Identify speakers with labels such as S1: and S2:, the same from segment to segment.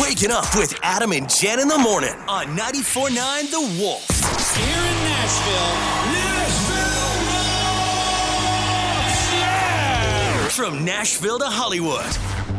S1: Waking up with Adam and Jen in the morning on 94.9 The Wolf.
S2: Here in Nashville.
S1: From Nashville to Hollywood,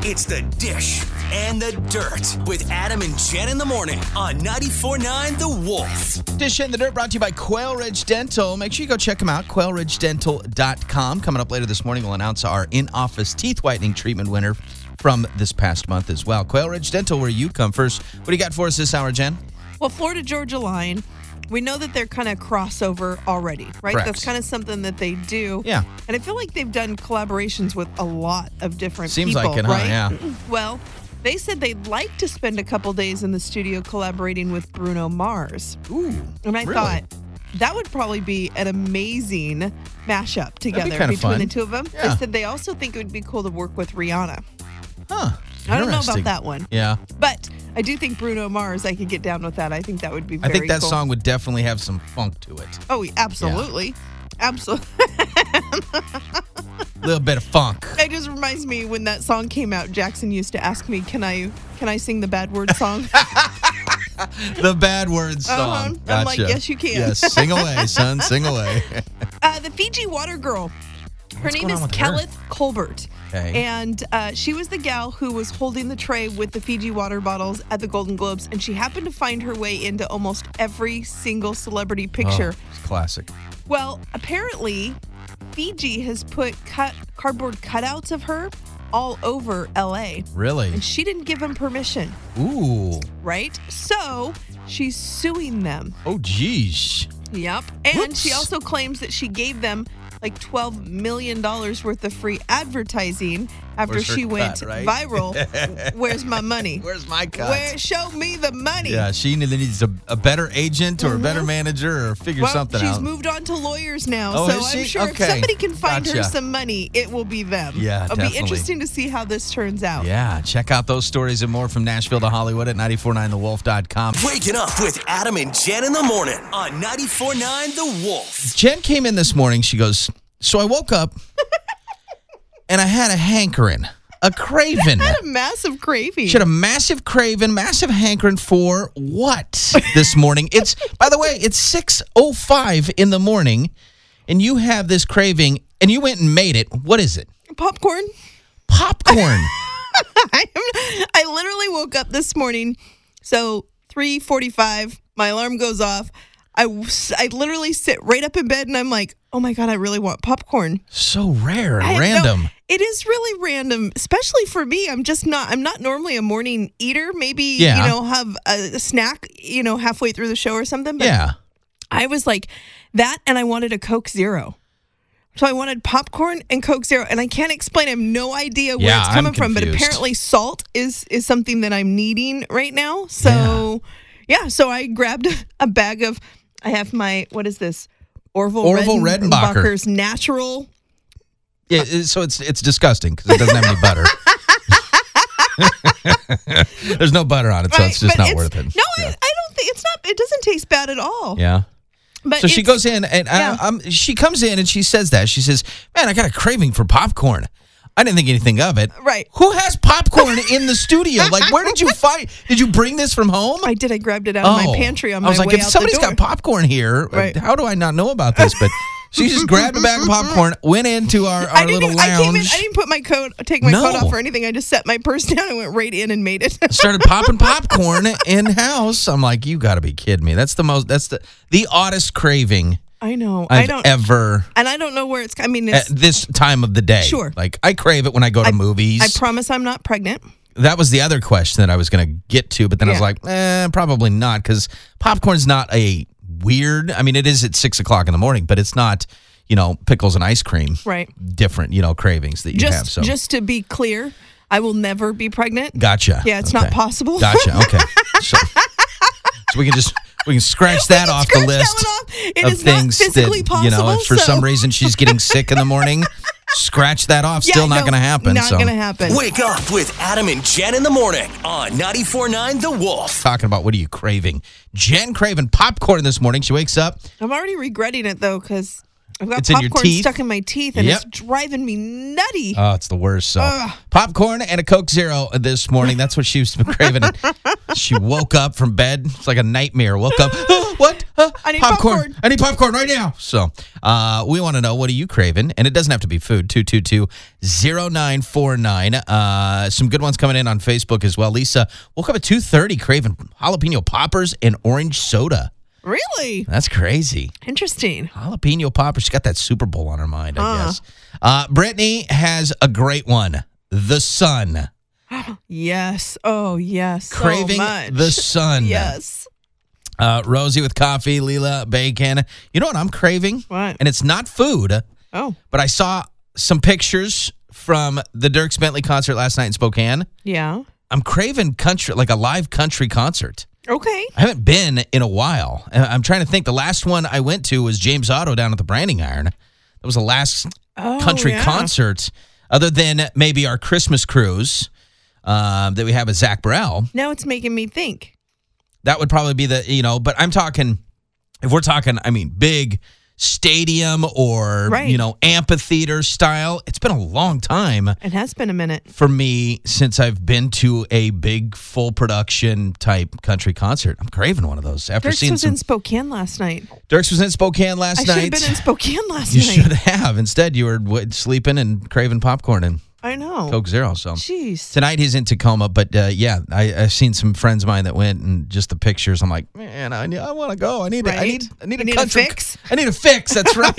S1: it's the dish and the dirt with Adam and Jen in the morning on 94.9 The Wolf.
S3: Dish in the Dirt brought to you by Quail Ridge Dental. Make sure you go check them out, quailridgedental.com. Coming up later this morning, we'll announce our in office teeth whitening treatment winner from this past month as well. Quail Ridge Dental, where you come first. What do you got for us this hour, Jen?
S4: Well, Florida Georgia Line, we know that they're kind of crossover already, right?
S3: Correct.
S4: That's kind of something that they do.
S3: Yeah.
S4: And I feel like they've done collaborations with a lot of different
S3: Seems
S4: people.
S3: like it, huh?
S4: right?
S3: Yeah.
S4: Well, they said they'd like to spend a couple days in the studio collaborating with Bruno Mars.
S3: Ooh.
S4: And I thought that would probably be an amazing mashup together
S3: kinda
S4: between
S3: fun.
S4: the two of them.
S3: Yeah.
S4: They said they also think it would be cool to work with Rihanna.
S3: Huh.
S4: I don't know
S3: Interesting.
S4: about that one.
S3: Yeah.
S4: But I do think Bruno Mars, I could get down with that. I think that would be
S3: I
S4: very
S3: think that
S4: cool.
S3: song would definitely have some funk to it.
S4: Oh, yeah, absolutely. Absolutely.
S3: A little bit of funk.
S4: It just reminds me when that song came out, Jackson used to ask me, Can I can I sing the bad word song?
S3: The bad words song.
S4: Uh-huh. I'm like, yes, you can.
S3: Yes, sing away, son, sing away.
S4: uh, the Fiji Water Girl. Her name
S3: going
S4: is
S3: on with her?
S4: Kelleth Colbert.
S3: Okay.
S4: And uh, she was the gal who was holding the tray with the Fiji water bottles at the Golden Globes. And she happened to find her way into almost every single celebrity picture.
S3: Oh, it's classic.
S4: Well, apparently, Fiji has put cut cardboard cutouts of her all over LA.
S3: Really?
S4: And she didn't give them permission,
S3: Ooh.
S4: right? So she's suing them.
S3: Oh, geez.
S4: Yep. And she
S3: Whoops.
S4: also claims that she gave them like $12 million worth of free advertising after
S3: Where's her
S4: she went
S3: cut, right?
S4: viral. Where's my money?
S3: Where's my cut?
S4: Where show me the money?
S3: Yeah, she either needs a, a better agent or a better manager or figure
S4: Mm-hmm. well,
S3: something
S4: she's
S3: out.
S4: moved on to lawyers now,
S3: Oh,
S4: so
S3: is she?
S4: I'm sure
S3: Okay.
S4: if somebody can find her
S3: Gotcha.
S4: some money, it will be them.
S3: Yeah,
S4: it'll
S3: definitely.
S4: be interesting to see how this turns out.
S3: yeah, check out those stories and more from Nashville to Hollywood at 949thewolf.com.
S1: Waking up with Adam and Jen in the morning on 94.9 The Wolf.
S3: Jen came in this morning. She goes, So I woke up and I had a hankering, a craving.
S4: A massive craving.
S3: She had a massive craving, massive hankering for what this morning? It's by the way, it's six oh five in the morning, and you have this craving, and you went and made it. What is it?
S4: popcorn.
S3: Popcorn.
S4: I, am- I literally woke up this morning, so 3:45. My alarm goes off. I, w- I literally sit right up in bed and I'm like, oh my god, I really want popcorn.
S3: so rare and
S4: I had no-
S3: random.
S4: it is really random, especially for me. I'm just not. I'm not normally a morning eater. Maybe
S3: Yeah.
S4: you know have a snack, you know, halfway through the show or something. But
S3: yeah.
S4: I was like that, and I wanted a Coke Zero. So I wanted popcorn and Coke Zero, and I can't explain. I have no idea where
S3: Yeah,
S4: it's
S3: I'm
S4: coming from, but
S3: confused.
S4: apparently salt is is something that I'm needing right now. So yeah, so I grabbed a bag of. I have my what is this? Orville,
S3: Orville Redenbacher.
S4: Redenbacher's natural
S3: Yeah, it- so it's it's disgusting because it doesn't have any butter. There's no butter on it, so
S4: Right,
S3: it's just
S4: but
S3: not worth it.
S4: No,
S3: yeah.
S4: I, I don't think it's not. It doesn't taste bad at all.
S3: yeah.
S4: But
S3: So she
S4: it's-
S3: goes in and
S4: Yeah.
S3: I, i she comes in and she says that she says, "Man, I got a craving for popcorn." I didn't think anything of it.
S4: Right.
S3: Who has popcorn in the studio? Like, where did you find? Did you bring this from home?
S4: I did. I grabbed it out of my pantry on my
S3: Oh. I was like,
S4: way
S3: if
S4: out
S3: somebody's
S4: the door.
S3: got popcorn here,
S4: Right.
S3: how do I not know about this? But she just grabbed a bag of popcorn, went into our,
S4: I
S3: our
S4: didn't.
S3: little
S4: Even, I came in.
S3: lounge,
S4: I didn't put my coat, take my
S3: No.
S4: coat off or anything. I just set my purse down and went right in and made it.
S3: started popping popcorn in house. I'm like, you got to be kidding me. That's the most. That's the the oddest craving
S4: I know.
S3: I've
S4: I don't.
S3: ever.
S4: and I don't know where it's. I mean,
S3: at
S4: it's,
S3: this time of the day.
S4: Sure.
S3: Like I crave it when I go to movies.
S4: I promise I'm not pregnant.
S3: that was the other question that I was going to get to, but then I was
S4: Yeah.
S3: like, eh, probably not because popcorn's not a weird. I mean, it is at six o'clock in the morning, but it's not. You know, pickles and ice cream.
S4: Right.
S3: Different, you know, cravings that you
S4: Just,
S3: have. So
S4: just to be clear, I will never be pregnant.
S3: gotcha.
S4: Yeah, it's
S3: Okay.
S4: not possible.
S3: Gotcha. Okay. so, so we can just we can scratch that off the
S4: Scratch that
S3: list.
S4: one off. It
S3: of
S4: is not
S3: things
S4: physically
S3: that you know
S4: possible,
S3: if for
S4: so-
S3: some reason she's getting sick in the morning scratch that off
S4: Yeah,
S3: still not
S4: no,
S3: going to happen
S4: Not
S3: so
S4: gonna happen.
S1: Wake up with Adam and Jen in the morning on 94.9 The Wolf.
S3: talking about what are you craving jen craving popcorn this morning she wakes up
S4: I'm already regretting it though because I've got
S3: It's in your
S4: popcorn
S3: teeth.
S4: stuck in my teeth and
S3: Yep.
S4: it's driving me nutty.
S3: Oh, it's the worst. So, popcorn and a Coke Zero this morning. That's what she was craving. And she woke up from bed. It's like a nightmare. Woke up. "Oh, what? Uh,
S4: I need popcorn."
S3: I need popcorn right now. So, uh, we want to know what are you craving? And it doesn't have to be food. 222-0949. Uh, some good ones coming in on Facebook as well. Lisa woke up at 2:30 craving jalapeno poppers and orange soda.
S4: really?
S3: That's crazy.
S4: Interesting.
S3: Jalapeno popper. She's got that Super Bowl on her mind,
S4: Uh-huh.
S3: I guess. Uh, Brittany has a great one. The sun.
S4: Oh, Yes. Oh, yes. So
S3: Craving
S4: much.
S3: the sun.
S4: Yes.
S3: Uh, Rosie with coffee, Leela, bacon. You know what I'm craving?
S4: What?
S3: And it's not food,
S4: Oh,
S3: but I saw some pictures from the Dirks Bentley concert last night in Spokane.
S4: yeah.
S3: I'm craving country, like a live country concert.
S4: Okay.
S3: I haven't been in a while. And I'm trying to think. The last one I went to was James Otto down at the Branding Iron. That was the last
S4: Oh,
S3: country
S4: yeah.
S3: concert, other than maybe our Christmas cruise um, that we have with Zach Burrell.
S4: Now it's making me think.
S3: That would probably be the you know. But I'm talking, if we're talking, I mean, big stadium or
S4: Right.
S3: you know amphitheater style. It's been a long time
S4: It has been a minute.
S3: for me since I've been to a big full production type country concert. I'm craving one of those after
S4: Dirks
S3: seeing
S4: was
S3: some.
S4: in Spokane last night.
S3: Dirks was in Spokane last
S4: I should
S3: night.
S4: have been in Spokane last
S3: you
S4: night.
S3: should have. Instead, you were w- sleeping and craving popcorn and
S4: I know.
S3: Coke Zero. So
S4: Jeez.
S3: tonight he's in Tacoma, but uh, yeah, I, I've seen some friends of mine that went, and just the pictures. I'm like, man, I, need- I want to go. I need, a I
S4: Right.
S3: need, I need
S4: You
S3: a
S4: need a
S3: country-
S4: fix?
S3: I need a fix. That's right.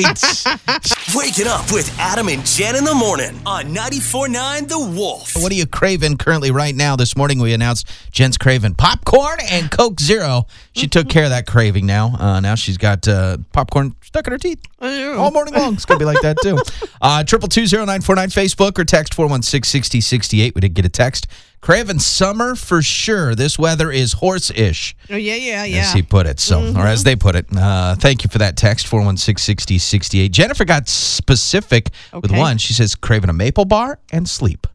S1: Waking up with Adam and Jen in the morning on 94.9 The Wolf.
S3: what are you craving currently right now? This morning we announced Jen's craving popcorn and Coke Zero. She took care of that craving. Now, uh, now she's got uh, popcorn stuck in her teeth. all morning long. It's gonna be like that too. Uh Triple two zero nine four nine Facebook or text four one six sixty sixty eight. We did get a text. Craven summer for sure. This weather is horse ish,
S4: Oh yeah, yeah,
S3: as
S4: yeah. Mm-hmm.
S3: he put it. So, or as they put it. Uh, thank you for that text four one six sixty sixty eight. Jennifer got specific with
S4: Okay.
S3: one. She says craving a maple bar and sleep.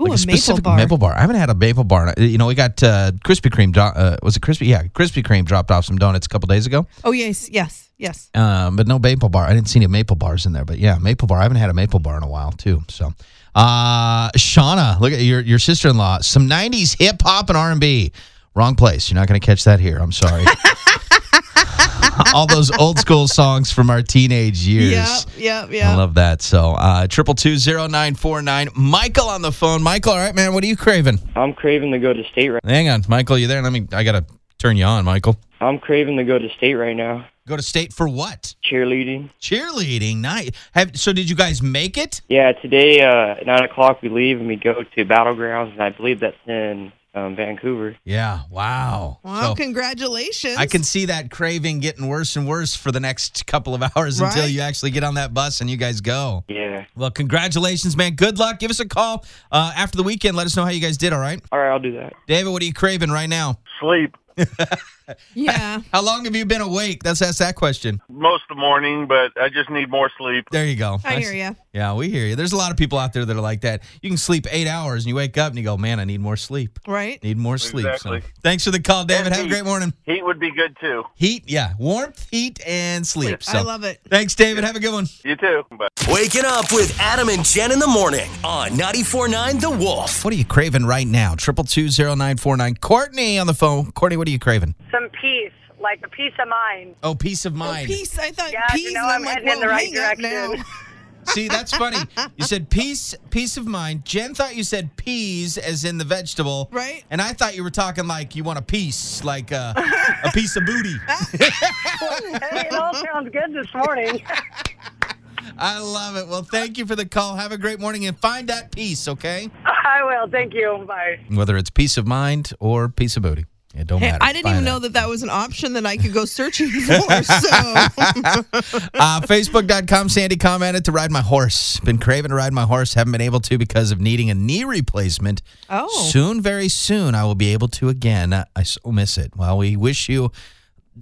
S4: Ooh, a maple
S3: specific
S4: bar.
S3: maple bar. I haven't had a maple bar. in a- You know, we got uh, Krispy Kreme. dro- Uh, was it Krispy? Yeah, Krispy Kreme dropped off some donuts a couple days ago.
S4: Oh yes, yes, yes.
S3: Um, but no maple bar. I didn't see any maple bars in there, but yeah, maple bar. I haven't had a maple bar in a while too. So, uh, Shauna, look at your your sister in law. Some '90s hip hop and R and B. Wrong place. You're not going to catch that here. I'm sorry. All those old school songs from our teenage years.
S4: Yep, yep, yep.
S3: I love that. So, uh, triple two zero nine four nine. Michael on the phone. Michael, all right, man. What are you craving?
S5: I'm craving to go to state right.
S3: Hang on, Michael. You there? Let me. I gotta turn you on, Michael.
S5: I'm craving to go to state right now.
S3: Go to state for what?
S5: Cheerleading.
S3: Cheerleading. Nice. Have, so, did you guys make it?
S5: Yeah, today uh, at nine o'clock we leave and we go to battlegrounds, and I believe that's in um, Vancouver.
S3: Yeah. Wow.
S4: Wow,
S3: So
S4: congratulations.
S3: I can see that craving getting worse and worse for the next couple of hours until
S4: Right.
S3: you actually get on that bus and you guys go.
S5: Yeah.
S3: Well, congratulations, man. Good luck. Give us a call uh, after the weekend. Let us know how you guys did. All right.
S5: All right, I'll do that.
S3: David, what are you craving right now?
S6: sleep
S4: Yeah.
S3: How long have you been awake? Let's ask that question.
S6: most of the morning, but I just need more sleep.
S3: There you go.
S4: I hear ya.
S3: Yeah, we hear you. There's a lot of people out there that are like that. You can sleep eight hours and you wake up and you go, man, I need more sleep.
S4: Right?
S3: Need more sleep.
S6: Exactly.
S3: thanks for the call, David. Have a
S6: Indeed.
S3: great morning.
S6: Heat would be good too.
S3: Heat, yeah, warmth, heat, and sleep. So
S4: I love it.
S3: thanks, David. Have a good one.
S6: You too. Bye.
S1: Waking up with Adam and Jen in the morning on 94.9 The Wolf.
S3: What are you craving right now? Triple two zero nine four nine. Courtney on the phone. Courtney, what are you craving?
S7: some peace, like a peace of mind.
S3: Oh, peace of mind.
S4: Peace. I thought
S7: Yeah,
S4: peace.
S7: you know
S4: and
S7: I'm
S4: like,
S7: heading in the
S4: well,
S7: right
S4: hang up
S7: direction.
S4: now.
S3: See, that's funny. You said peace, peace of mind. Jen thought you said peas, as in the vegetable,
S4: Right.
S3: And I thought you were talking like you want a piece, like uh, a piece of booty.
S7: Hey, it all sounds good this morning.
S3: I love it. Well, thank you for the call. Have a great morning and find that peace, okay?
S7: I will. Thank you. Bye.
S3: Whether it's peace of mind or peace of booty, it don't
S4: Hey,
S3: matter.
S4: I didn't even know that that was an option that I could go searching for. So
S3: uh, Facebook.com, Sandy commented to ride my horse. Been craving to ride my horse. Haven't been able to because of needing a knee replacement.
S4: Oh.
S3: Soon, very soon, I will be able to again. I so miss it. Well, we wish you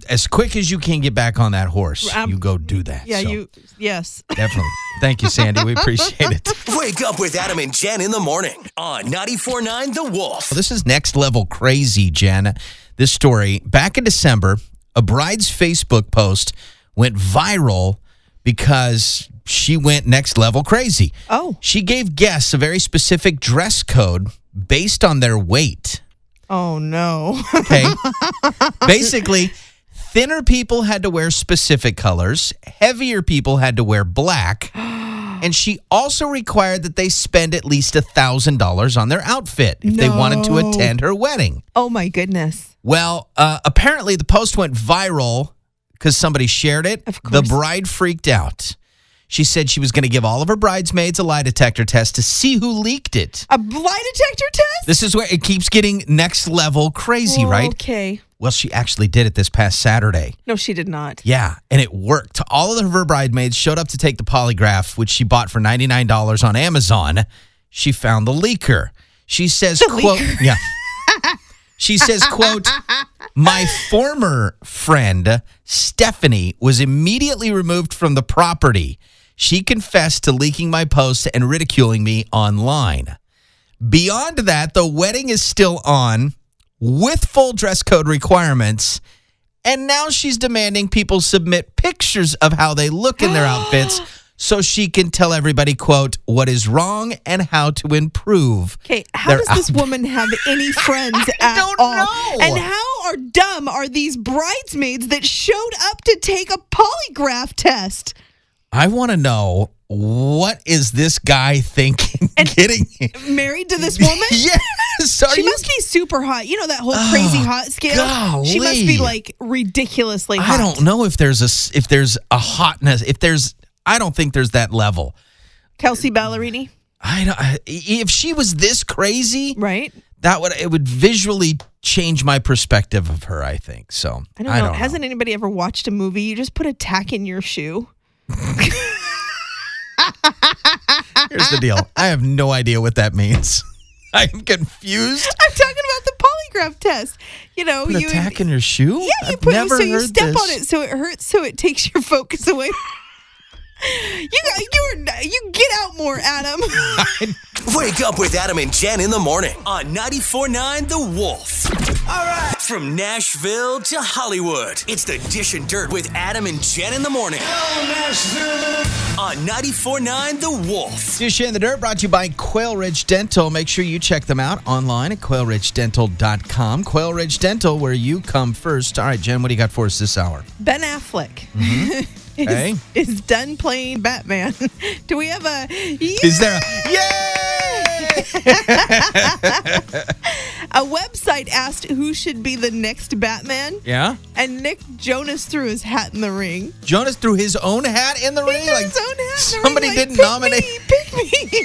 S3: as quick as you can get back on that horse.
S4: Um,
S3: you go do that.
S4: yeah,
S3: So,
S4: you yes.
S3: Definitely. Thank you, Sandy. We appreciate it.
S1: Wake up with Adam and Jen in the morning on 94.9 The Wolf.
S3: Well, this is next level crazy, Jen. This story back in December, a bride's Facebook post went viral because she went next level crazy.
S4: Oh.
S3: She gave guests a very specific dress code based on their weight.
S4: Oh no.
S3: Okay. Basically, thinner people had to wear specific colors, heavier people had to wear black. And she also required that they spend at least $1,000 on their outfit if they wanted to
S4: No.
S3: attend her wedding.
S4: oh my goodness.
S3: Well, uh, apparently the post went viral because somebody shared it.
S4: Of
S3: The
S4: course.
S3: bride freaked out. She said she was going to give all of her bridesmaids a lie detector test to see who leaked it.
S4: A lie detector test?
S3: This is where it keeps getting next level crazy, right?
S4: Okay.
S3: Well, she actually did it this past Saturday.
S4: No, she did not.
S3: Yeah, and it worked. All of her bridesmaids showed up to take the polygraph, which she bought for $99 on Amazon. She found the leaker. She says, quote, yeah. She says, quote, my former friend, Stephanie, was immediately removed from the property. She confessed to leaking my posts and ridiculing me online. Beyond that, the wedding is still on with full dress code requirements. And now she's demanding people submit pictures of how they look in their outfits so she can tell everybody, quote, what is wrong and how to improve.
S4: Okay, how
S3: their
S4: does this woman have any friends at
S3: don't
S4: all?
S3: know.
S4: And how are dumb are these bridesmaids that showed up to take a polygraph test?
S3: I want to know what is this guy thinking? Getting
S4: Married to this woman?
S3: yes. Are
S4: She
S3: you
S4: must be super hot. You know that whole crazy hot scale. She must
S3: golly.
S4: be like ridiculously hot.
S3: I don't know if there's a s- if there's a hotness. If there's, I don't think there's that level.
S4: Kelsey Ballerini,
S3: I don't. I- If she was this crazy,
S4: right?
S3: that would it would visually change my perspective of her. I think so.
S4: I don't know. Hasn't anybody ever watched a movie? You just put a tack in your shoe.
S3: Here's the deal. I have no idea what that means. I'm confused.
S4: I'm talking about the polygraph test. You know,
S3: Put
S4: you
S3: a tack in your shoe?
S4: Yeah, you
S3: I've
S4: put
S3: never
S4: so you
S3: heard
S4: step on
S3: this.
S4: it so it hurts so it takes your focus away. you got you are n- you get out more, Adam.
S1: Wake up with Adam and Jen in the morning on 94.9 The Wolf. All right. From Nashville to Hollywood, it's the Dish and Dirt with Adam and Jen in the morning. On 94.9 The Wolf.
S3: Dish in the Dirt brought to you by Quail Ridge Dental. Make sure you check them out online at quailridgedental.com. Quail Ridge Dental, where you come first. All right, Jen, what do you got for us this hour?
S4: ben Affleck
S3: Mm-hmm.
S4: is,
S3: Okay.
S4: is done playing Batman. Do we have a
S3: Is there a. Yay!
S4: a website asked who should be the next Batman?
S3: Yeah?
S4: And Nick Jonas threw his hat in the ring.
S3: Jonas threw his own hat in the
S4: He
S3: ring?
S4: threw
S3: like,
S4: his own hat in the
S3: somebody
S4: ring. like,
S3: didn't
S4: pick
S3: nominate.
S4: Me, pick me.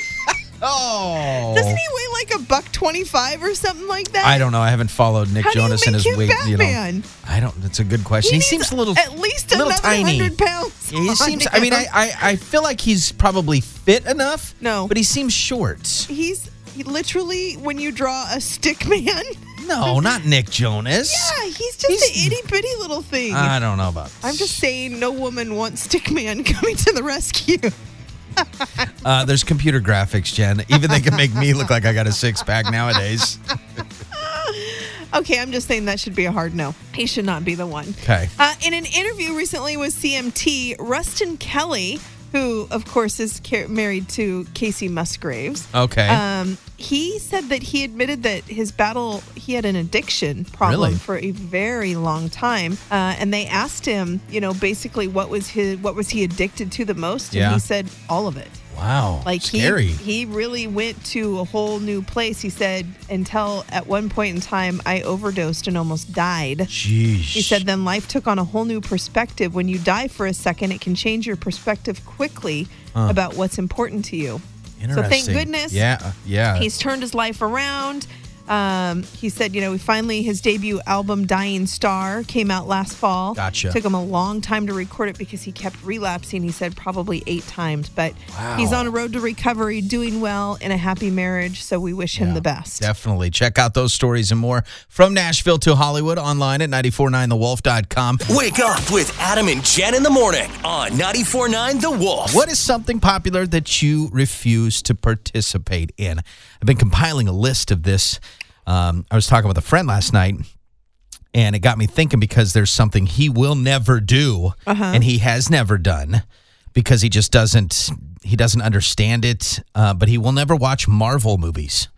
S3: Oh.
S4: Doesn't he weigh like a buck twenty-five or something like that?
S3: I don't know. I haven't followed Nick
S4: How do you
S3: Jonas and
S4: make
S3: his
S4: him
S3: weight. You know,
S4: Batman?
S3: I don't. That's a good question. He,
S4: needs
S3: seems a little,
S4: at least
S3: little
S4: another
S3: tiny.
S4: hundred pounds.
S3: He
S4: on
S3: seems. I mean, I,
S4: him.
S3: I, I feel like he's probably fit enough.
S4: No.
S3: but he seems short.
S4: he's he literally when you draw a stick man. Yeah,
S3: No, not Nick Jonas.
S4: he's just
S3: He's- Uh,
S4: an itty bitty little thing.
S3: I don't know about. This.
S4: I'm just saying, no woman wants stick man coming to the rescue.
S3: Uh, there's computer graphics, Jen. Even they can make me look like I got a six pack nowadays.
S4: Okay, I'm just saying that should be a hard no. He should not be the one.
S3: Okay.
S4: Uh, in an interview recently with CMT, Rustin Kelly, who of course is car- married to Casey Musgraves,
S3: Okay.
S4: um, he said that he admitted that his battle he had an addiction problem
S3: Really?
S4: for a very long time, uh, and they asked him, you know, basically what was his what was he addicted to the most, and
S3: Yeah.
S4: he said all of it.
S3: wow.
S4: Like
S3: scary.
S4: he he really went to a whole new place. He said until at one point in time I overdosed and almost died.
S3: Jeez.
S4: He said, then life took on a whole new perspective. When you die for a second, it can change your perspective quickly about what's important to you. So thank
S3: Interesting.
S4: goodness
S3: Yeah. Yeah.
S4: he's turned his life around. Um, he said, you know, he finally his debut album, Dying Star, came out last fall.
S3: Gotcha.
S4: Took him a long time to record it because he kept relapsing. He said probably eight times, but
S3: Wow.
S4: he's on a road to recovery, doing well in a happy marriage. So we wish him the best.
S3: Definitely. Check out those stories and more from Nashville to Hollywood online at 949thewolf.com.
S1: Wake up with Adam and Jen in the morning on 94.9 The Wolf.
S3: What is something popular that you refuse to participate in? I've been compiling a list of this. Um, I was talking with a friend last night, and it because he just doesn't he doesn't understand it. Uh, but he will never watch Marvel movies,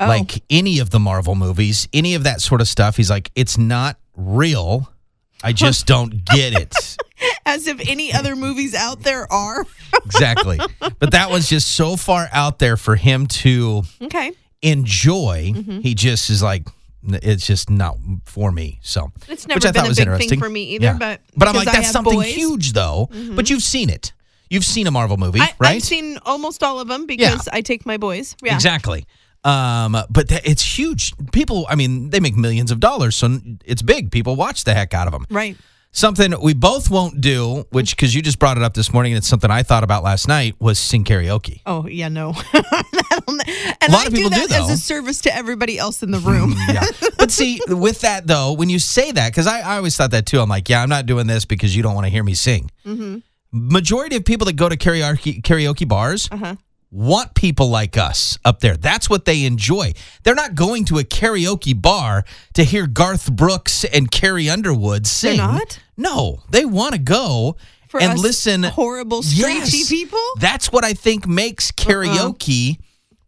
S4: Oh.
S3: like any of the Marvel movies, any of that sort of stuff. He's like, it's not real. I just don't get it.
S4: As if any other movies out there are.
S3: exactly. But that was just so far out there for him to
S4: Okay.
S3: enjoy.
S4: Mm-hmm.
S3: He just is like, "N- it's just not for me. So which
S4: It's never
S3: I
S4: been
S3: thought
S4: a
S3: was
S4: big thing
S3: interesting.
S4: for me either,
S3: I'm
S4: but because
S3: like,
S4: I
S3: that's
S4: have
S3: something
S4: boys." Mm-hmm.
S3: huge though. But you've seen it. You've seen a Marvel movie,
S4: I,
S3: right?
S4: I've seen almost all of them because I take my boys. Yeah.
S3: Exactly. Um, but that, it's huge. People, I mean, they make millions of dollars, so it's big. People watch the heck out of them.
S4: Right.
S3: Something we both won't do,
S4: Mm.
S3: which because you just brought it up this morning, and it's something I thought about last night, was sing karaoke.
S4: Oh yeah, no. and
S3: lot
S4: I
S3: of people
S4: do
S3: do,
S4: that as
S3: though.
S4: a service to everybody else in the room.
S3: yeah. But see, with that though, when you say that, because I, I always thought that too. I'm like, yeah, I'm not doing this because you don't want to hear me sing.
S4: Mm-hmm.
S3: Majority of people that go to karaoke karaoke bars
S4: Uh-huh.
S3: want people like us up there. That's what they enjoy. They're not going to a karaoke bar to hear Garth Brooks and Carrie Underwood sing.
S4: not?
S3: No, they want to go.
S4: For
S3: and
S4: us
S3: listen
S4: horrible, screechy
S3: Yes.
S4: people? Uh-uh.
S3: That's what I think makes karaoke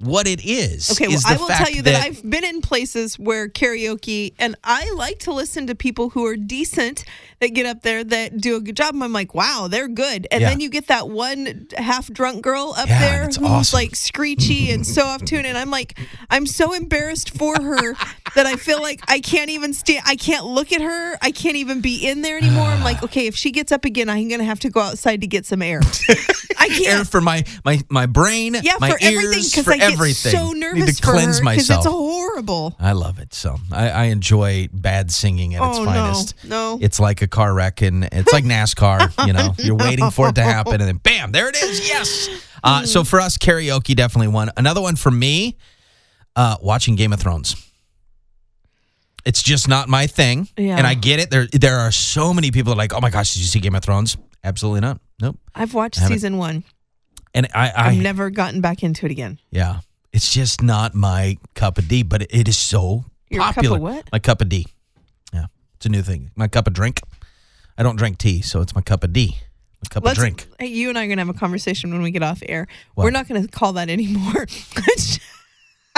S3: what it is.
S4: Okay, well,
S3: is
S4: I
S3: the
S4: will
S3: fact
S4: tell you that, I've been in places where karaoke, and I like to listen to people who are decent that get up there that do a good job. And I'm like, wow, they're good. And
S3: Yeah.
S4: then you get that one half drunk girl up
S3: Yeah,
S4: there
S3: that's
S4: who's
S3: awesome.
S4: like screechy and so off tune. And I'm like, I'm so embarrassed for her that I feel like I can't even stand, I can't look at her. I can't even be in there anymore. I'm like, okay, if she gets up again, I'm going to have to go outside to get some air. I can't.
S3: air for my my my brain,
S4: Yeah,
S3: my
S4: for everything
S3: ears,
S4: because
S3: for
S4: I get
S3: everything.
S4: so
S3: I need
S4: nervous
S3: to
S4: for
S3: cleanse
S4: her because
S3: myself.
S4: it's horrible.
S3: I love it. So I, I enjoy bad singing at its
S4: Oh, no.
S3: finest.
S4: No.
S3: It's like a car wreck and it's like NASCAR, you know, you're waiting for it to happen and then bam, there it is. Yes.
S4: Hmm.
S3: Uh, so for us, karaoke definitely one. Another one for me, uh, watching Game of Thrones. It's just not my thing.
S4: Yeah.
S3: And I get it. There there are so many people that are like, oh my gosh, did you see Game of Thrones? Absolutely not. Nope.
S4: I've watched
S3: haven't-
S4: season one.
S3: And I, I
S4: I've never gotten back into it again.
S3: Yeah. It's just not my cup of D, but it- it is so
S4: Your cup of
S3: popular.
S4: what?
S3: My cup of D. Yeah. It's a new thing. My cup of drink. I don't drink tea, so it's my cup of D. My cup of drink.
S4: Hey, You and I are gonna have a conversation when we get off air.
S3: What?
S4: We're not gonna call that anymore.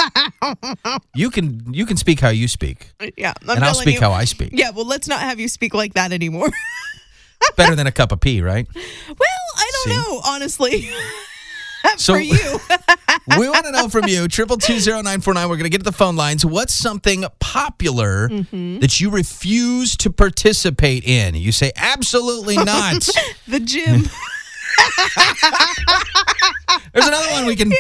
S3: You can you can speak how you speak.
S4: yeah, I'm
S3: and I'll
S4: telling
S3: speak
S4: you.
S3: how I speak.
S4: Yeah, well, let's not have you speak like that anymore.
S3: Better than a cup of pee, right?
S4: well, I don't
S3: See?
S4: know, honestly.
S3: So-
S4: For you,
S3: we want to know from you, triple two zero nine four nine. We're gonna get to the phone lines. What's something popular
S4: Mm-hmm.
S3: that you refuse to participate in? You say absolutely not.
S4: the gym.
S3: Hmm. There's another one we can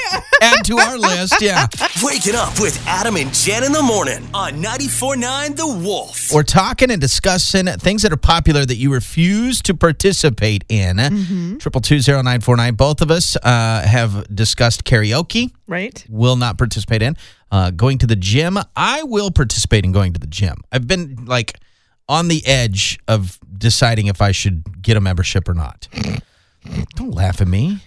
S3: add to our list. Yeah.
S1: Waking up with Adam and Jen in the morning on 94.9 The Wolf.
S3: We're talking and discussing things that are popular that you refuse to participate in. Triple two zero nine four nine. Both of us uh, have discussed karaoke.
S4: right?
S3: Will not participate in uh, going to the gym. I will participate in going to the gym. I've been like on the edge of deciding if I should get a membership or not. Don't laugh at me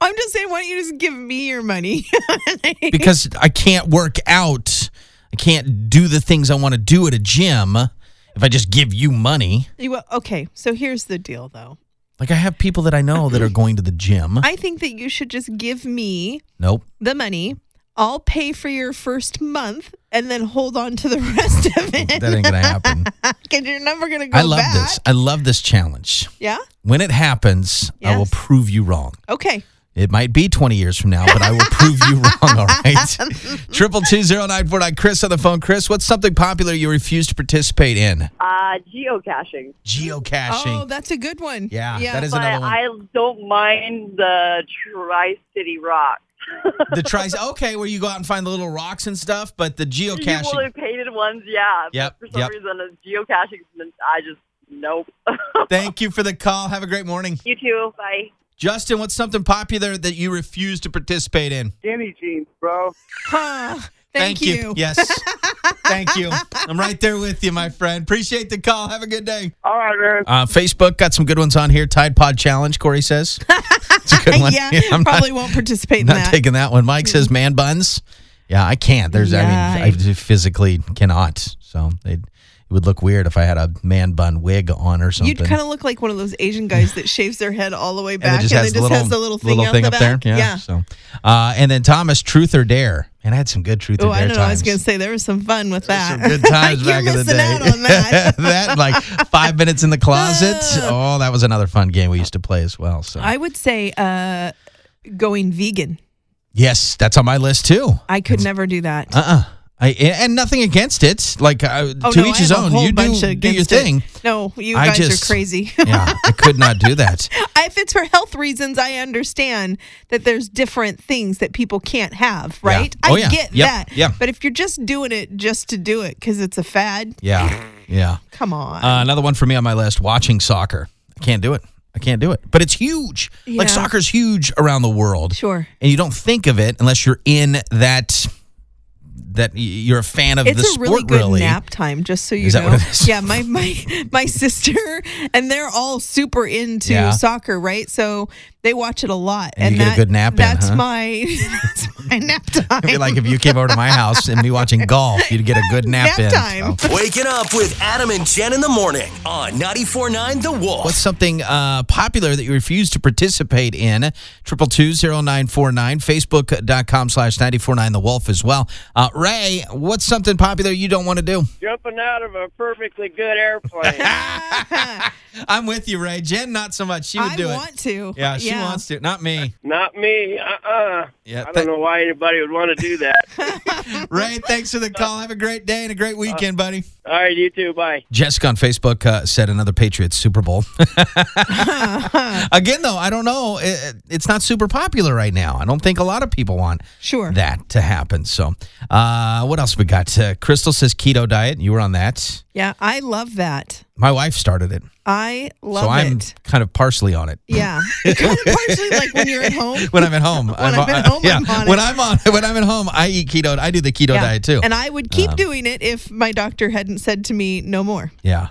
S4: I'm just saying, why don't you just give me your money?
S3: because I can't work out. I can't do the things I want to do at a gym if I just give you money.
S4: you, will- okay, so here's the deal, though.
S3: Like I have people that I know that are going to the gym.
S4: I think that you should just give me
S3: nope.
S4: the money. I'll pay for your first month and then hold on to the rest of it.
S3: That ain't gonna happen.
S4: Because you're never going to go
S3: I love
S4: back.
S3: this. I love this challenge.
S4: Yeah?
S3: When it happens, I will
S4: Yes.
S3: prove you wrong.
S4: Okay.
S3: It might be 20 years from now, but I will prove you wrong, all right? Triple two zero nine four nine. Chris on the phone. Chris, what's something popular you refuse to participate in?
S7: Uh, geocaching.
S3: Geocaching.
S4: Oh, that's a good one.
S3: Yeah, that is
S7: But
S3: another one.
S7: I don't mind the Tri City Rock.
S3: the tri okay, where you go out and find the little rocks and stuff, but the
S7: Well, they're
S3: geocaching.
S7: painted ones, yeah.
S3: Oh,
S7: but
S3: Yep,
S7: For some
S3: yep.
S7: reason, the geocaching, I just, nope.
S3: Thank you for the call. Have a great morning.
S7: you too. Bye.
S3: Justin, what's something popular that you refuse to participate in?
S6: Skinny jeans, bro.
S4: Huh. Thank, you.
S3: Yes. Thank you. I'm right there with you, my friend. Appreciate the call. Have a good day.
S6: All right, man.
S3: Uh, Facebook got some good ones on here. Tide Pod Challenge, Corey says. It's a good one.
S4: Yeah,
S3: I'm
S4: probably
S3: not,
S4: won't participate in
S3: not
S4: that.
S3: taking that one. Mike says man buns. Yeah, I can't. There's, I
S4: Yeah,
S3: mean, I physically cannot. So it, it It would look weird if I had a man bun wig on or something.
S4: You'd kind of look like one of those Asian guys that shaves their head all the way
S3: and
S4: back
S3: it just
S4: and
S3: has,
S4: then just
S3: little,
S4: has the little thing, out the
S3: up
S4: back.
S3: there. Yeah. So, uh, and then Thomas, truth or dare? And I had some good truth
S4: Oh,
S3: or
S4: I
S3: dare
S4: don't know. I
S3: times.
S4: was going to say there was some fun with that.
S3: Some good times
S4: You're
S3: back in the
S4: missing
S3: day.
S4: out on that.
S3: That, like five minutes in the closet. oh, that was another fun game we used to play as well. So
S4: I would say uh, going vegan.
S3: yes, that's on my list too.
S4: I could never do that.
S3: Uh uh I and nothing against it. Like uh,
S4: Oh,
S3: to
S4: no,
S3: each
S4: I
S3: his
S4: have a
S3: own.
S4: whole
S3: You
S4: bunch
S3: do do your
S4: against it.
S3: thing.
S4: No, you
S3: I
S4: guys
S3: just-
S4: are crazy.
S3: yeah, I could not do that.
S4: if it's for health reasons, I understand that there's different things that people can't have, right?
S3: Oh,
S4: I
S3: yeah.
S4: get
S3: Yep,
S4: that.
S3: yep.
S4: But if you're just doing it just to do it because it's a fad,
S3: Yeah, yeah.
S4: come on.
S3: Uh, another one for me on my list: watching soccer. I can't do it. I can't do it. But it's huge. Like
S4: Yeah.
S3: soccer's huge around the world.
S4: Sure.
S3: And you don't think of it unless you're in that. That y- you're a fan of the
S4: It's a
S3: sport.
S4: really good
S3: really.
S4: nap time, just so you
S3: Is that
S4: know.
S3: what it is?
S4: Yeah, my my my sister and they're all super into
S3: Yeah.
S4: soccer, right? So they watch it a lot,
S3: And you get a good nap in,
S4: That's
S3: huh?
S4: my that's my nap
S3: It'd be
S4: time.
S3: like if you came over to my house and me watching golf, you'd get a good nap,
S4: Nap
S3: in. Oh.
S4: time.
S3: So.
S1: Waking up with Adam and Jen in the morning on 94.9 The Wolf.
S3: What's something uh, popular that you refuse to participate in? Triple two zero nine four nine, Facebook.com slash ninety four nine the wolf as well. Uh, Ray, what's something popular you don't want to do?
S5: Jumping out of a perfectly good airplane.
S3: I'm with you, Ray. Jen, not so much. She would
S4: I
S3: do
S4: want uh,
S3: it.
S4: to.
S3: Yeah, she wants to. Not me.
S5: Not me. Uh-uh.
S3: Yeah,
S5: I don't
S3: thank-
S5: know why anybody would want to do that.
S3: Ray, thanks for the call. Have a great day and a
S4: Uh,
S3: great weekend, buddy.
S5: All right, you too. Bye.
S3: Jessica on Facebook uh, said another Patriots Super Bowl. Again, though, I don't know. It, it's not super popular right now. I don't think a lot of people want
S4: Sure.
S3: that to happen. So, uh, what else we got? Uh, Crystal says keto diet. You were on that.
S4: Yeah, I love that.
S3: My wife started it,
S4: I love
S3: so I'm
S4: it.
S3: kind of partially on it.
S4: Yeah, it's kind of partially like when you're at home.
S3: When I'm at home,
S4: When I'm at
S3: I-
S4: home,
S3: yeah.
S4: I'm on
S3: when
S4: it.
S3: I'm on, when I'm at home, I eat keto. I do the keto
S4: Yeah.
S3: diet too. Um,
S4: And I would keep doing it if my doctor hadn't said to me, "No more."
S3: yeah.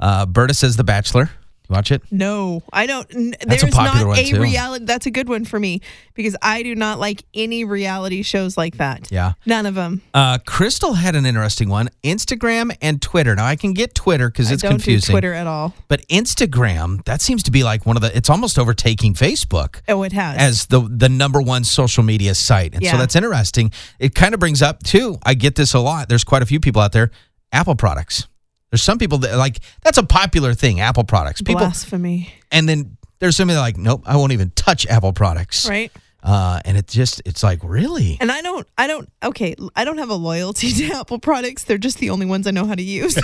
S3: Uh, Berta says The Bachelor. You watch it?
S4: No, I don't. N-
S3: That's a
S4: there's not
S3: popular one,
S4: a
S3: too.
S4: reality. That's a good one for me because I do not like any reality shows like that.
S3: Yeah.
S4: none of them.
S3: Uh, Crystal had an interesting one: Instagram and Twitter. Now I can get Twitter because
S4: I
S3: it's
S4: don't
S3: confusing.
S4: do Twitter at all.
S3: but Instagram that seems to be like one of the. It's almost overtaking Facebook
S4: Oh, it has.
S3: as the the number one social media site, and so
S4: Yeah.
S3: that's interesting. It kind of brings up too. I get this a lot. There's quite a few people out there. Apple products. There's some people that like that's a popular thing. Apple products. People
S4: blasphemy,
S3: and then there's somebody like, nope, I won't even touch Apple products.
S4: right?
S3: Uh, and it just it's like really.
S4: And I don't. I don't. Okay, l- I don't have a loyalty to Apple products. They're just the only ones I know how to use.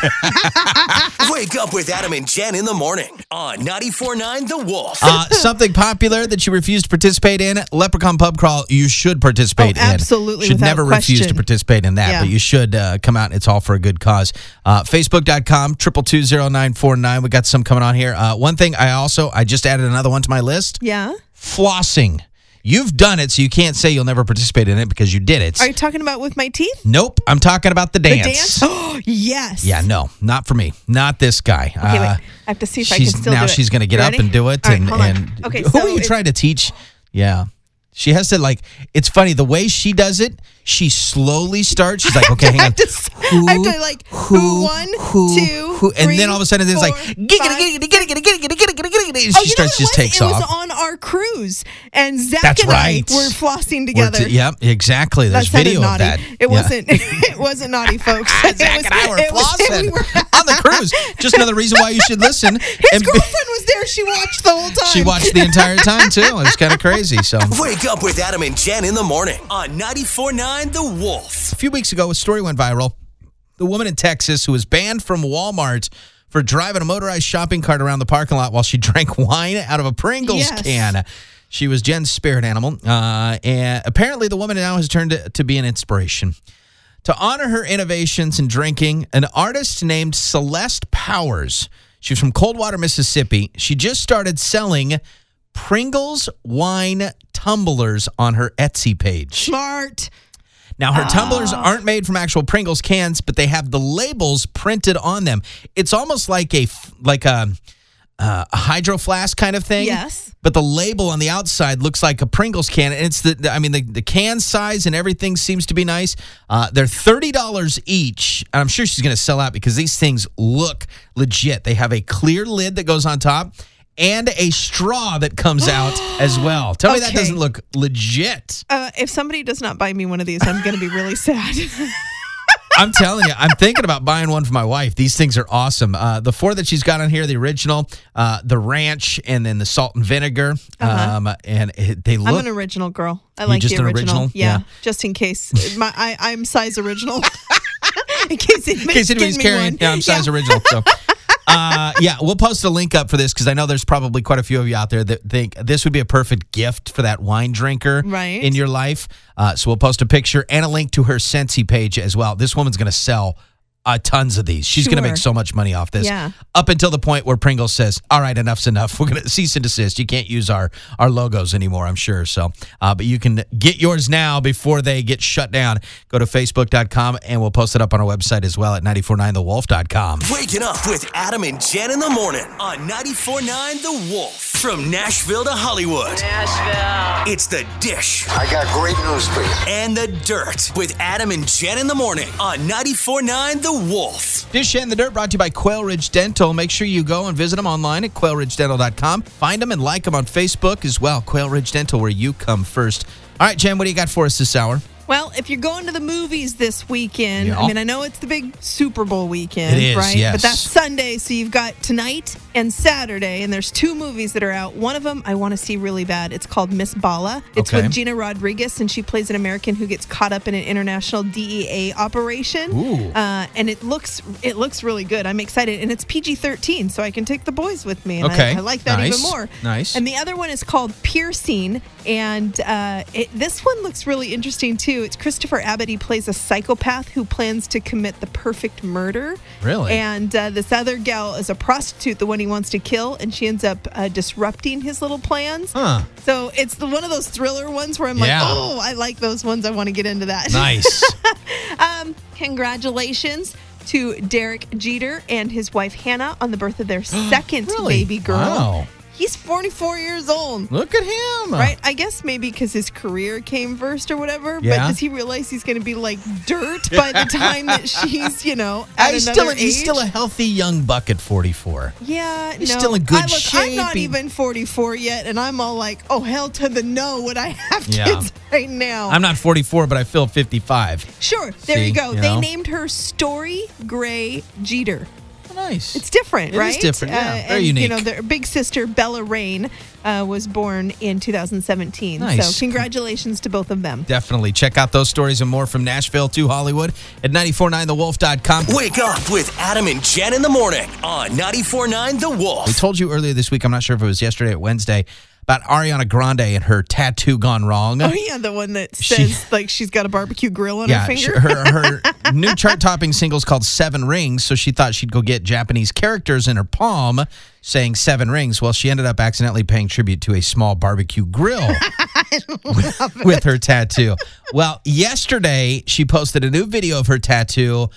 S1: Wake up with Adam and Jen in the morning on 94.9 The Wolf.
S3: uh, something popular that you refuse to participate in, Leprechaun Pub Crawl, you should participate
S4: Oh,
S3: in.
S4: absolutely,
S3: Should
S4: without
S3: never refuse to
S4: question.
S3: participate in that,
S4: Yeah.
S3: but you should uh, come out. It's all for a good cause. Uh, Facebook.com, 2200949. We got some coming on here. Uh, one thing I also, I just added another one to my list
S4: yeah.
S3: flossing. You've done it, so you can't say you'll never participate in it because you did it.
S4: Are you talking about with my teeth?
S3: nope, I'm talking about the
S4: The
S3: dance.
S4: dance? Oh, yes.
S3: Yeah, no, not for me. Not this guy.
S4: Okay, wait.
S3: Uh,
S4: I have to see if I can
S3: she's-
S4: still
S3: now
S4: do it.
S3: she's going to get
S4: You
S3: up
S4: ready?
S3: and do it.
S4: All right,
S3: and
S4: hold on.
S3: and
S4: Okay,
S3: who
S4: so
S3: are you
S4: it-
S3: trying to teach? Yeah. She has to like. It's funny the way she does it. She slowly starts. She's like, okay, hang
S4: I
S3: on.
S4: have to, s- I have to like who, one,
S3: who,
S4: two,
S3: who, and
S4: three,
S3: then all of a sudden it's like,
S4: four,
S3: giggity, giggity,
S4: five,
S3: giggity, giggity, giggity, giggity, giggity, and
S4: Oh,
S3: she
S4: you know
S3: starts just
S4: what it was?
S3: takes
S4: it
S3: off.
S4: was on our cruise, and Zach
S3: That's
S4: and
S3: right.
S4: I were flossing
S3: We're
S4: together.
S3: t- yep, exactly.
S4: that
S3: There's
S4: sounded
S3: video of
S4: naughty.
S3: that.
S4: It
S3: Yeah.
S4: wasn't. It wasn't naughty, folks. it was,
S3: Zach and I were
S4: it was-
S3: flossing
S4: we were-
S3: on the cruise. Just another reason why you should listen.
S4: his
S3: and be-
S4: girlfriend was there. She watched the whole time.
S3: she watched the entire time too. It was kind of crazy. So
S1: Wake up with Adam and Jen in the morning on 94.9 The Wolf.
S3: a few weeks ago, a story went viral. The woman in Texas who was banned from Walmart for driving a motorized shopping cart around the parking lot while she drank wine out of a Pringles
S4: Yes.
S3: can. She was Jen's spirit animal. Uh, and apparently, the woman now has turned to, to be an inspiration. To honor her innovations in drinking, an artist named Celeste Powers, she was from Coldwater, Mississippi, she just started selling Pringles wine tumblers on her Etsy page.
S4: smart.
S3: Now, her tumblers
S4: Ah.
S3: aren't made from actual Pringles cans, but they have the labels printed on them. It's almost like a f- like a uh, a hydro flask kind of thing.
S4: Yes.
S3: But the label on the outside looks like a Pringles can, and it's the, the- I mean the, the can size and everything seems to be nice. Uh, they're thirty dollars each. And I'm sure she's going to sell out because these things look legit. They have a clear lid that goes on top and a straw that comes out as well. Tell me that
S4: Okay.
S3: doesn't look legit.
S4: Uh, if somebody does not buy me one of these, I'm going to be really sad.
S3: I'm telling you, I'm thinking about buying one for my wife. These things are awesome. Uh, the four that she's got on here, the original, uh, the ranch, and then the salt and vinegar. Um, and it, they
S4: Uh-huh. I'm
S3: look.
S4: an original girl. I like
S3: just
S4: the
S3: an
S4: original.
S3: original?
S4: Yeah,
S3: Yeah.
S4: Just in case. My I, I'm size original. in case anybody's,
S3: in case anybody's
S4: getting me
S3: carrying,
S4: one.
S3: yeah, I'm size
S4: Yeah.
S3: original. So. Uh, yeah, we'll post a link up for this because I know there's probably quite a few of you out there that think this would be a perfect gift for that wine drinker
S4: Right.
S3: in your life. Uh, so we'll post a picture and a link to her Sensi page as well. This woman's going to sell uh, tons of these. She's going to
S4: Sure.
S3: make so much money off this.
S4: Yeah.
S3: Up until the point where Pringles says, "All right, enough's enough. We're going to cease and desist. You can't use our our logos anymore." I'm sure. So, uh, but you can get yours now before they get shut down. Go to facebook.com and we'll post it up on our website as well at 949thewolf.com.
S1: Waking up with Adam and Jen in the morning on 94.9 The Wolf. From Nashville to Hollywood. Nashville. It's the dish
S8: I got great news for you.
S1: and the dirt with Adam and Jen in the morning on 94.9 The Wolf.
S3: Dish and the Dirt brought to you by Quail Ridge Dental. Make sure you go and visit them online at quailridgedental.com. Find them and like them on Facebook as well. Quail Ridge Dental, where you come first. All right, Jen, what do you got for us this hour?
S4: Well, if you're going to the movies this weekend,
S3: Yeah.
S4: I mean, I know it's the big Super Bowl weekend,
S3: It is,
S4: right?
S3: yes.
S4: But that's Sunday, so you've got tonight and Saturday, and there's two movies that are out. One of them I want to see really bad. It's called Miss Bala. It's
S3: Okay.
S4: with Gina Rodriguez, and she plays an American who gets caught up in an international DEA operation.
S3: Ooh.
S4: Uh, and it looks it looks really good. I'm excited, and it's PG-13, so I can take the boys with me. And
S3: Okay.
S4: I, I like that
S3: Nice.
S4: even more.
S3: Nice.
S4: And the other one is called Piercing, and uh, it, this one looks really interesting too. It's Christopher Abbott. He plays a psychopath who plans to commit the perfect murder.
S3: Really?
S4: And uh, this other gal is a prostitute, the one he wants to kill, and she ends up uh, disrupting his little plans.
S3: Huh.
S4: So it's the, one of those thriller ones where I'm
S3: Yeah.
S4: like, oh, I like those ones. I want to get into that.
S3: Nice.
S4: Um, congratulations to Derek Jeter and his wife Hannah on the birth of their second
S3: Really?
S4: baby girl.
S3: Wow.
S4: He's 44 years old.
S3: Look at him.
S4: Right, I guess maybe because his career came first or whatever.
S3: Yeah.
S4: But does he realize he's going to be like dirt by the time that she's, you know, at
S3: Uh, He's
S4: another
S3: still, he's
S4: age?
S3: still a healthy young buck at 44.
S4: yeah,
S3: he's
S4: no.
S3: still in good
S4: I look, I'm not
S3: shape.
S4: even 44 yet, and I'm all like, oh hell to the no, would I have
S3: Yeah.
S4: kids right now?
S3: I'm not 44, but I feel 55.
S4: sure, there
S3: See,
S4: you go.
S3: you
S4: they
S3: know?
S4: named her Story Gray Jeter.
S3: Nice.
S4: It's different,
S3: It is
S4: right? Uh,
S3: different, yeah. Very
S4: and,
S3: unique.
S4: You know, their big sister Bella Rain uh, was born in 2017.
S3: Nice.
S4: So congratulations to both of them.
S3: Definitely. Check out those stories and more from Nashville to Hollywood at 949thewolf.com.
S1: Wake up with Adam and Jen in the morning on 94.9 The
S3: We
S1: Wolf.
S3: told you earlier this week, I'm not sure if it was yesterday or Wednesday, about Ariana Grande and her tattoo gone wrong.
S4: Oh yeah, the one that
S3: She-
S4: says like she's got a barbecue grill on
S3: yeah,
S4: her finger.
S3: sh- her, her new chart topping single's called Seven Rings, so she thought she'd go get Japanese characters in her palm saying seven rings. Well, she ended up accidentally paying tribute to a small barbecue grill with, with her tattoo. Well, yesterday she posted a new video of her tattoo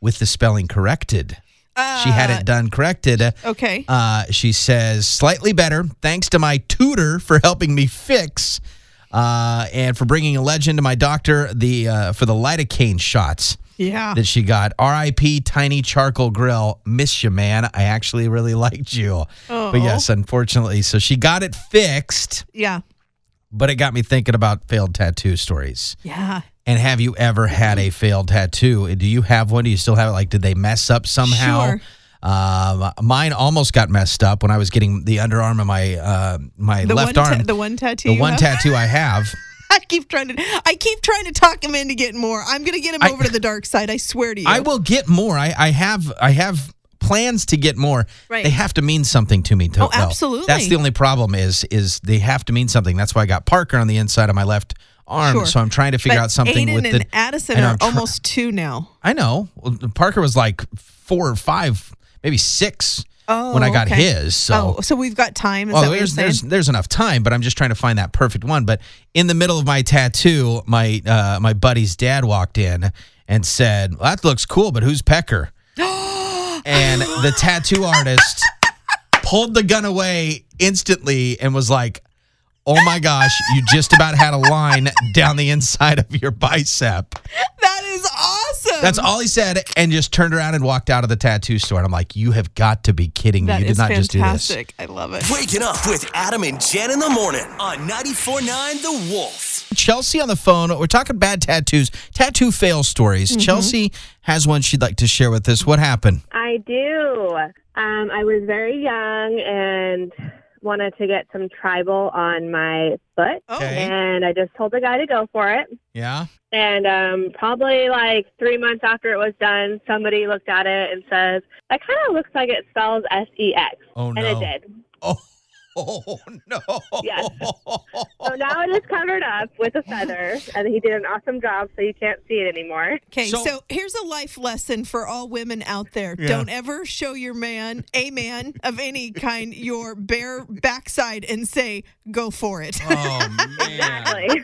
S3: with the spelling corrected. she had it done corrected.
S4: okay.
S3: Uh, she says, slightly better. Thanks to my tutor for helping me fix uh, and for bringing a legend to my doctor the uh, for the lidocaine shots
S4: yeah.
S3: that she got. RIP Tiny Charcoal Grill. Miss you, man. I actually really liked you. But yes, unfortunately. So she got it fixed,
S4: yeah.
S3: but it got me thinking about failed tattoo stories.
S4: Yeah.
S3: And have you ever had a failed tattoo? Do you have one? Do you still have it? Like, did they mess up somehow?
S4: Sure.
S3: Um, mine almost got messed up when I was getting the underarm of my uh, my
S4: The
S3: left
S4: one ta-
S3: arm.
S4: the one tattoo.
S3: The
S4: you
S3: one
S4: have?
S3: tattoo I have.
S4: I keep trying to I keep trying to talk him into getting more. I'm gonna get him
S3: I-
S4: over to the dark side. I swear to you.
S3: I will get more. I, I have I have plans to get more.
S4: Right.
S3: They have to mean something to me. To,
S4: Oh,
S3: though.
S4: absolutely.
S3: That's the only problem is is they have to mean something. That's why I got Parker on the inside of my left arm.
S4: Sure.
S3: So I'm trying to figure
S4: But
S3: out something
S4: Aiden
S3: with
S4: and
S3: the
S4: Addison
S3: and
S4: are
S3: I'm try-
S4: almost two now.
S3: I know. Well, Parker was like four or five, maybe six
S4: Oh,
S3: when I got
S4: okay.
S3: his. So,
S4: oh, so we've got time. Is
S3: Well,
S4: that what you're
S3: there's,
S4: saying?
S3: there's there's enough time, but I'm just trying to find that perfect one. But in the middle of my tattoo, my uh, my buddy's dad walked in and said, well, "That looks cool, but who's Pecker?" and the tattoo artist pulled the gun away instantly and was like, "Oh my gosh, you just about had a line down the inside of your bicep."
S4: That is awesome.
S3: That's all he said, and just turned around and walked out of the tattoo store. And I'm like, "You have got to be kidding me!
S4: That
S3: you did
S4: is
S3: not just do this."
S4: fantastic. I love it.
S1: Waking up with Adam and Jen in the morning on 94.9 The Wolf.
S3: Chelsea on the phone. We're talking bad tattoos, tattoo fail stories.
S4: Mm-hmm.
S3: Chelsea has one she'd like to share with us. What happened?
S8: I do. Um, I was very young and wanted to get some tribal on my foot.
S4: Oh.
S3: Okay.
S8: And I just told the guy to go for it.
S3: Yeah.
S8: And um, probably like three months after it was done, somebody looked at it and says, that kind of looks like it spells S E X.
S3: Oh
S8: And
S3: no.
S8: it did.
S3: Oh, oh no. Oh,
S8: Yes. So now it is covered up with a feather. And he did an awesome job, so you can't see it anymore.
S4: Okay,
S3: So-
S4: so, here's a life lesson for all women out there.
S3: Yeah.
S4: Don't ever show your man, a man of any kind, your bare backside and say, go for it.
S3: Oh man.
S8: Exactly.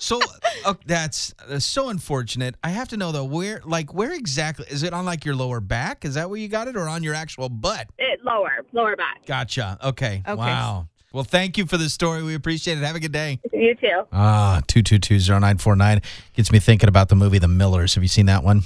S3: So uh, that's, that's so unfortunate. I have to know though where like where exactly is it on like your lower back? Is that where you got it or on your actual butt?
S8: it lower, lower back.
S3: Gotcha. Okay.
S4: Okay.
S3: Wow. Well, thank you for the story. We appreciate it. Have a good day.
S8: You too.
S3: Ah, 2220949 gets me thinking about the movie The Millers. Have you seen that one?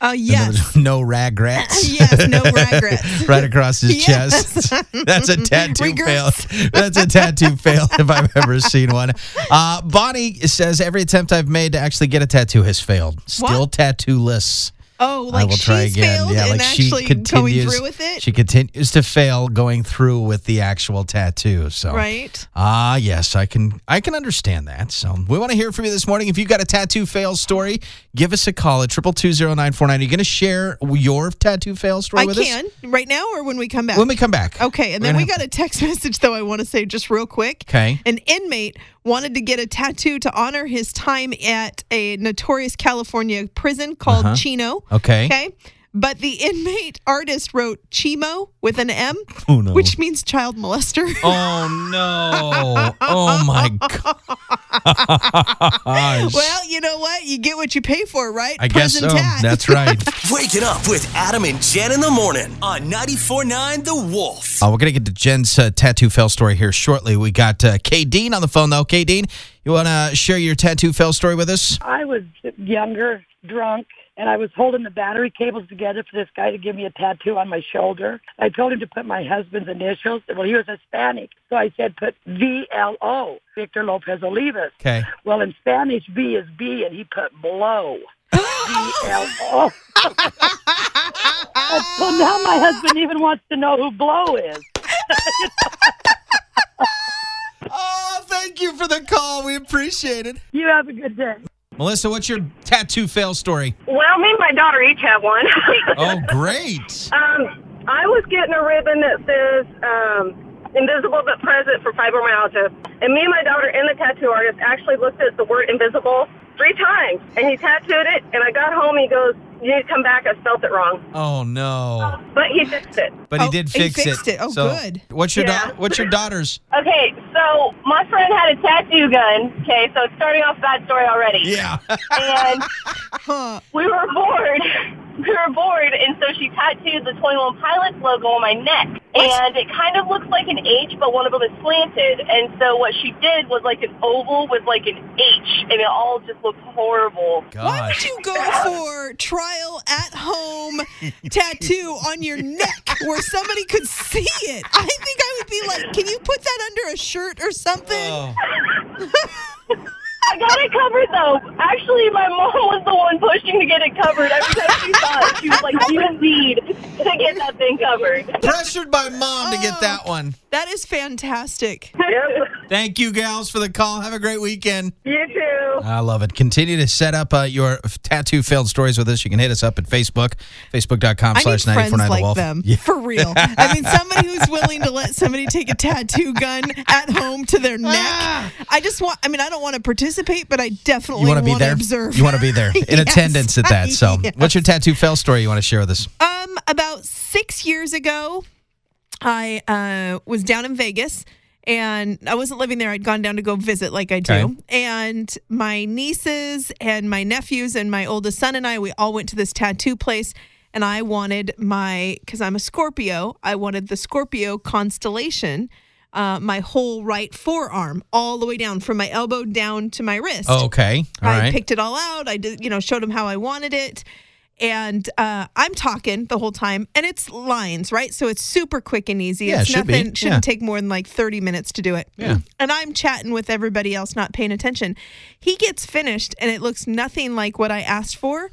S4: Uh, yes.
S3: No rag rats.
S4: yes, no regrets.
S3: right across his
S4: Yes.
S3: chest. That's a tattoo fail.
S4: Regrets.
S3: That's a tattoo fail if I've ever seen one. Uh, Bonnie says every attempt I've made to actually get a tattoo has failed. Still tattooless.
S4: Oh,
S3: I
S4: like
S3: will
S4: she's
S3: try again.
S4: failed
S3: yeah,
S4: and
S3: like
S4: actually
S3: she continues.
S4: going through with it,
S3: She continues to fail going through with the actual tattoo. So
S4: right?
S3: Ah, yes, I can I can understand that. So we want to hear from you this morning. If you've got a tattoo fail story, give us a call at triple two zero nine four nine. Are you going to share your tattoo fail story
S4: I
S3: with us?
S4: can right now or when we come back.
S3: When we come back.
S4: Okay, and
S3: We're
S4: then
S3: gonna
S4: we
S3: have-
S4: got a text message though I want to say just real quick.
S3: Okay.
S4: An inmate wanted to get a tattoo to honor his time at a notorious California prison called
S3: Uh-huh.
S4: Chino.
S3: Okay.
S4: Okay. But the inmate artist wrote Chimo with an M,
S3: Oh, no.
S4: which means child molester.
S3: Oh no! Oh my gosh!
S4: well, you know what? You get what you pay for, right?
S3: Oh I guess so.
S4: Prison tat.
S3: That's right.
S1: Waking up with Adam and Jen in the morning on 94.9 The Wolf.
S3: Uh, we're going to get to Jen's uh, tattoo fail story here shortly. We got uh, Kay Dean on the phone, though. Kay Dean, you want to share your tattoo fail story with us?
S7: I was younger, drunk, and I was holding the battery cables together for this guy to give me a tattoo on my shoulder. I told him to put my husband's initials. Well, he was Hispanic, so I said put V L O, Victor Lopez Olivas.
S3: Okay.
S7: Well, in Spanish, V is B, and he put blow. B L O. So now my husband even wants to know who blow is.
S3: Oh, thank you for the call. We appreciate it.
S7: You have a good day.
S3: Melissa, what's your tattoo fail story?
S8: Well, me and my daughter each have one.
S3: Oh, great.
S8: Um, I was getting a ribbon that says um, "Invisible but Present" for fibromyalgia, and me and my daughter and the tattoo artist actually looked at the word "invisible" three times, and he tattooed it. And I got home, he goes, "You need to come back. I spelt it wrong,"
S3: Oh no.
S8: but he fixed it.
S3: But he
S4: Uh, Oh,
S3: did
S4: he
S3: fix
S4: fixed it. Oh,
S3: So,
S4: good.
S3: What's your
S8: Yeah.
S3: da- what's your daughter's?
S8: Okay, so my friend had a tattoo gun. Okay, so it's starting off bad story already.
S3: Yeah.
S8: And
S4: Huh.
S8: we were bored. We were bored, and so she tattooed the 21 Pilots logo on my neck. And it kind of looks like an H, but one of them is slanted. And so what she did was like an oval with like an H, and it all just looked horrible.
S4: Why would
S3: Gosh.
S4: you go for trial at home tattoo on your neck where somebody could see it? I think I would be like, can you put that under a shirt or something?
S3: Oh.
S8: I got it covered, though. Actually, my mom was the one pushing to get it covered. Every time she saw it, she was like, you need to get that thing covered.
S3: Pressured by mom to get
S4: Oh.
S3: that one.
S4: That is fantastic.
S3: Thank you, gals, for the call. Have a great weekend.
S8: You too.
S3: I love it. Continue to set up uh, your f- tattoo failed stories with us. You can hit us up at Facebook, facebook.com
S4: I need
S3: slash 949
S4: friends
S3: The
S4: like
S3: Wolf.
S4: them
S3: Yeah.
S4: for real. I mean, somebody who's willing to let somebody take a tattoo gun at home to their neck. I just want. I mean, I don't want to participate, but I definitely
S3: Ah. You want to be there?
S4: observe.
S3: You want to be there in
S4: Yes.
S3: attendance at that. So,
S4: Yes.
S3: what's your tattoo fail story you want to share with us?
S4: Um, about six years ago, I uh, was down in Vegas and I wasn't living there. I'd gone down to go visit, like I do.
S3: Okay.
S4: And my nieces and my nephews and my oldest son and I, we all went to this tattoo place. and I wanted my because I'm a Scorpio. I wanted the Scorpio constellation. Uh, my whole right forearm, all the way down from my elbow down to my wrist.
S3: Oh, okay. All
S4: I
S3: right.
S4: picked it all out. I did, you know, showed him how I wanted it. And uh, I'm talking the whole time, and it's lines, right? So it's super quick and easy.
S3: Yeah,
S4: it's
S3: it should be.
S4: nothing
S3: Yeah.
S4: shouldn't take more than like 30 minutes to do it.
S3: Yeah.
S4: And I'm chatting with everybody else, not paying attention. He gets finished, and it looks nothing like what I asked for.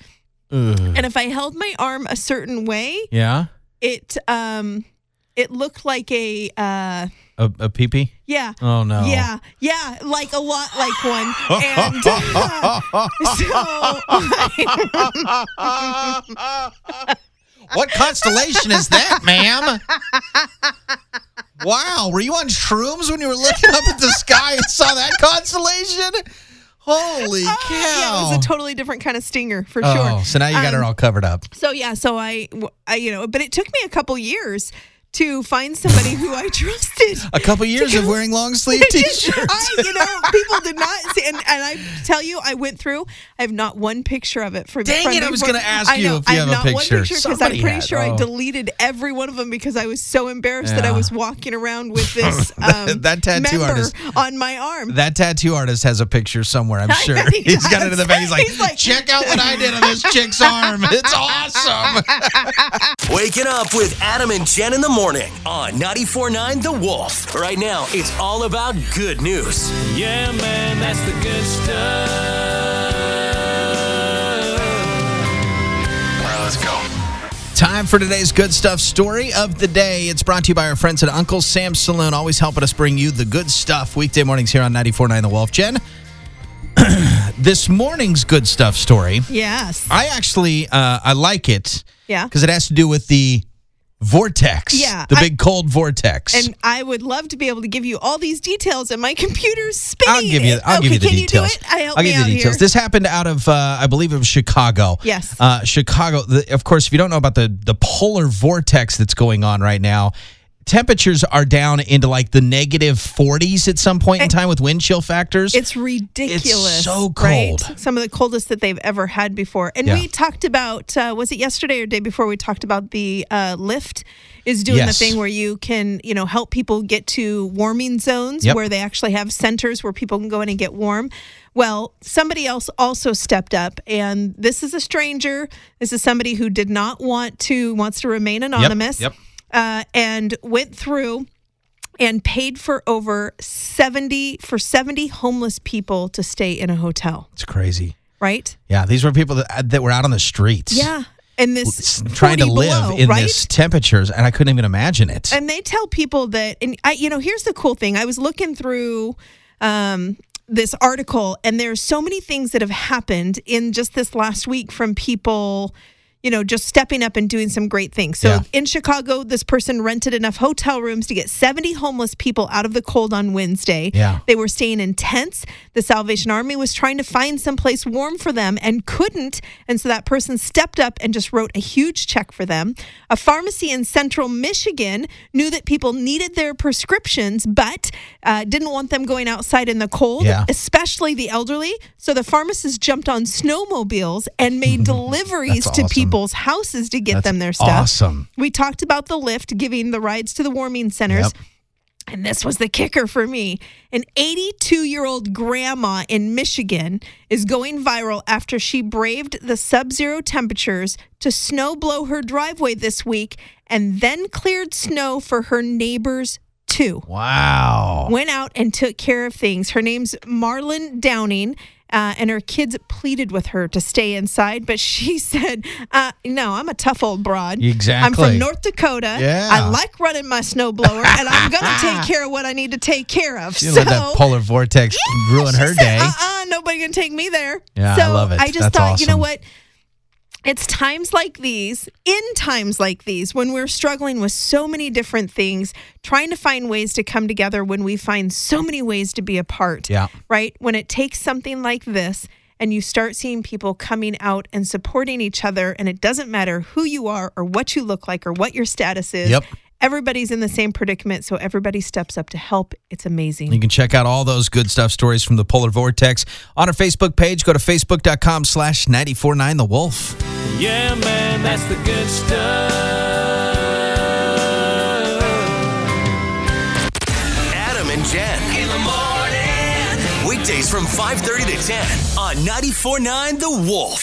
S4: And if I held my arm a certain way,
S3: yeah.
S4: it um, it looked like a uh,
S3: A, a pee pee.
S4: yeah.
S3: Oh no.
S4: Yeah, yeah, like a lot like one. And so
S3: What constellation is that, ma'am? Wow, were you on shrooms when you were looking up at the sky and saw that constellation? Holy cow!
S4: Uh, yeah, it was a totally different kind of stinger for
S3: oh,
S4: sure.
S3: so now you got her
S4: Um,
S3: all covered up.
S4: So yeah, so I, w- I- you know, but it took me a couple years to find somebody who I trusted.
S3: A couple years of
S4: go-
S3: wearing long sleeve
S4: I,
S3: t-shirts.
S4: you know, people did not see, and, and I tell you, I went through. I have not one picture of it from.
S3: Dang
S4: from
S3: it, I was
S4: before.
S3: gonna ask
S4: I
S3: you
S4: know,
S3: if you
S4: I have
S3: have a
S4: not
S3: picture.
S4: one picture because I'm
S3: Somebody
S4: pretty
S3: had-
S4: sure
S3: oh.
S4: I deleted every one of them because I was so embarrassed that I
S3: Yeah.
S4: was walking around with this um,
S3: that tattoo
S4: member
S3: artist.
S4: on my arm.
S3: That tattoo artist has a picture somewhere, I'm sure.
S4: bet he
S3: has got it in
S4: does.
S3: the back. He's like,
S4: He's like-
S3: check out what I did on this chick's arm. It's awesome.
S1: Waking up with Adam and Jen in the morning on 94.9 The Wolf. Right now, it's all about good news.
S2: Yeah, man, that's the good stuff.
S3: Time for today's good stuff story of the day. It's brought to you by our friends at Uncle Sam's Saloon, always helping us bring you the good stuff weekday mornings here on 94.9 The Wolf. Jen, this morning's good stuff story,
S4: yes.
S3: I actually, uh, I like it.
S4: Yeah.
S3: Because it has to do with the vortex.
S4: Yeah,
S3: The
S4: I-
S3: big cold vortex.
S4: And I would love to be able to give you all these details, and my computer's spinning.
S3: I'll give you. I'll
S4: okay,
S3: give you the
S4: can
S3: details.
S4: You do it? I help
S3: I'll
S4: me
S3: give you
S4: out
S3: the details.
S4: Here.
S3: This happened out of, uh, I believe, it was Chicago.
S4: Yes.
S3: Uh, Chicago. The, of course, if you don't know about the the polar vortex that's going on right now, temperatures are down into like the negative 40s at some point in time with wind chill factors.
S4: It's ridiculous.
S3: so
S4: right?
S3: cold.
S4: Some of the coldest that they've ever had before. And
S3: Yeah.
S4: we talked about uh, was it yesterday or day before we talked about the uh, lift is doing
S3: Yes.
S4: the thing where you can you know help people get to warming zones
S3: Yep.
S4: where they actually have centers where people can go in and get warm. Well, somebody else also stepped up, and this is a stranger. This is somebody who did not want to wants to remain anonymous.
S3: yep.
S4: Uh, and went through and paid for over 70 for 70 homeless people to stay in a hotel
S3: It's crazy.
S4: right
S3: Yeah, these were people that that were out on the streets.
S4: and this
S3: s- Trying to
S4: 40
S3: live
S4: below,
S3: in
S4: right
S3: this temperatures, and I couldn't even imagine it.
S4: and they tell people that and i you know here's the cool thing i was looking through um this article and there's so many things that have happened in just this last week from people you know just stepping up and doing some great things so
S3: Yeah.
S4: in chicago this person rented enough hotel rooms to get 70 homeless people out of the cold on wednesday
S3: Yeah.
S4: they were staying in tents the salvation army was trying to find someplace warm for them and couldn't and so that person stepped up and just wrote a huge check for them a pharmacy in central michigan knew that people needed their prescriptions but uh, didn't want them going outside in the cold
S3: Yeah.
S4: especially the elderly so the pharmacist jumped on snowmobiles and made deliveries
S3: That's
S4: to
S3: awesome.
S4: people's houses to get
S3: That's
S4: them their stuff
S3: awesome.
S4: we talked about the lift giving the rides to the warming centers
S3: Yep.
S4: and this was the kicker for me. An 82 year old grandma in Michigan is going viral after she braved the sub zero temperatures to snow blow her driveway this week and then cleared snow for her neighbors too
S3: Wow.
S4: went out and took care of things. Her name's Marlon Downing. Uh, and her kids pleaded with her to stay inside, but she said, uh, "No, I'm a tough old broad. I'm
S3: Exactly.
S4: from North Dakota.
S3: Yeah.
S4: I like running my snowblower, and I'm gonna take care of what I need to take care of."
S3: She
S4: so
S3: let that polar vortex ruin
S4: she
S3: her
S4: said,
S3: day.
S4: Uh-uh, nobody gonna take me there.
S3: Yeah, I
S4: so
S3: love it.
S4: I just
S3: That's
S4: thought, you know
S3: awesome.
S4: what? It's times like these, in times like these, when we're struggling with so many different things, trying to find ways to come together when we find so many ways to be apart.
S3: Yeah.
S4: Right? When it takes something like this and you start seeing people coming out and supporting each other, and it doesn't matter who you are or what you look like or what your status is.
S3: Yep.
S4: everybody's in the same predicament, so everybody steps up to help. It's amazing.
S3: You can check out all those good stuff stories from the Polar Vortex on our Facebook page. Go to facebook.com slash 949 The Wolf.
S2: Yeah, man, that's the good stuff.
S1: Adam and Jen in the morning. Weekdays from 5:30 to 10 on 94.9 The Wolf.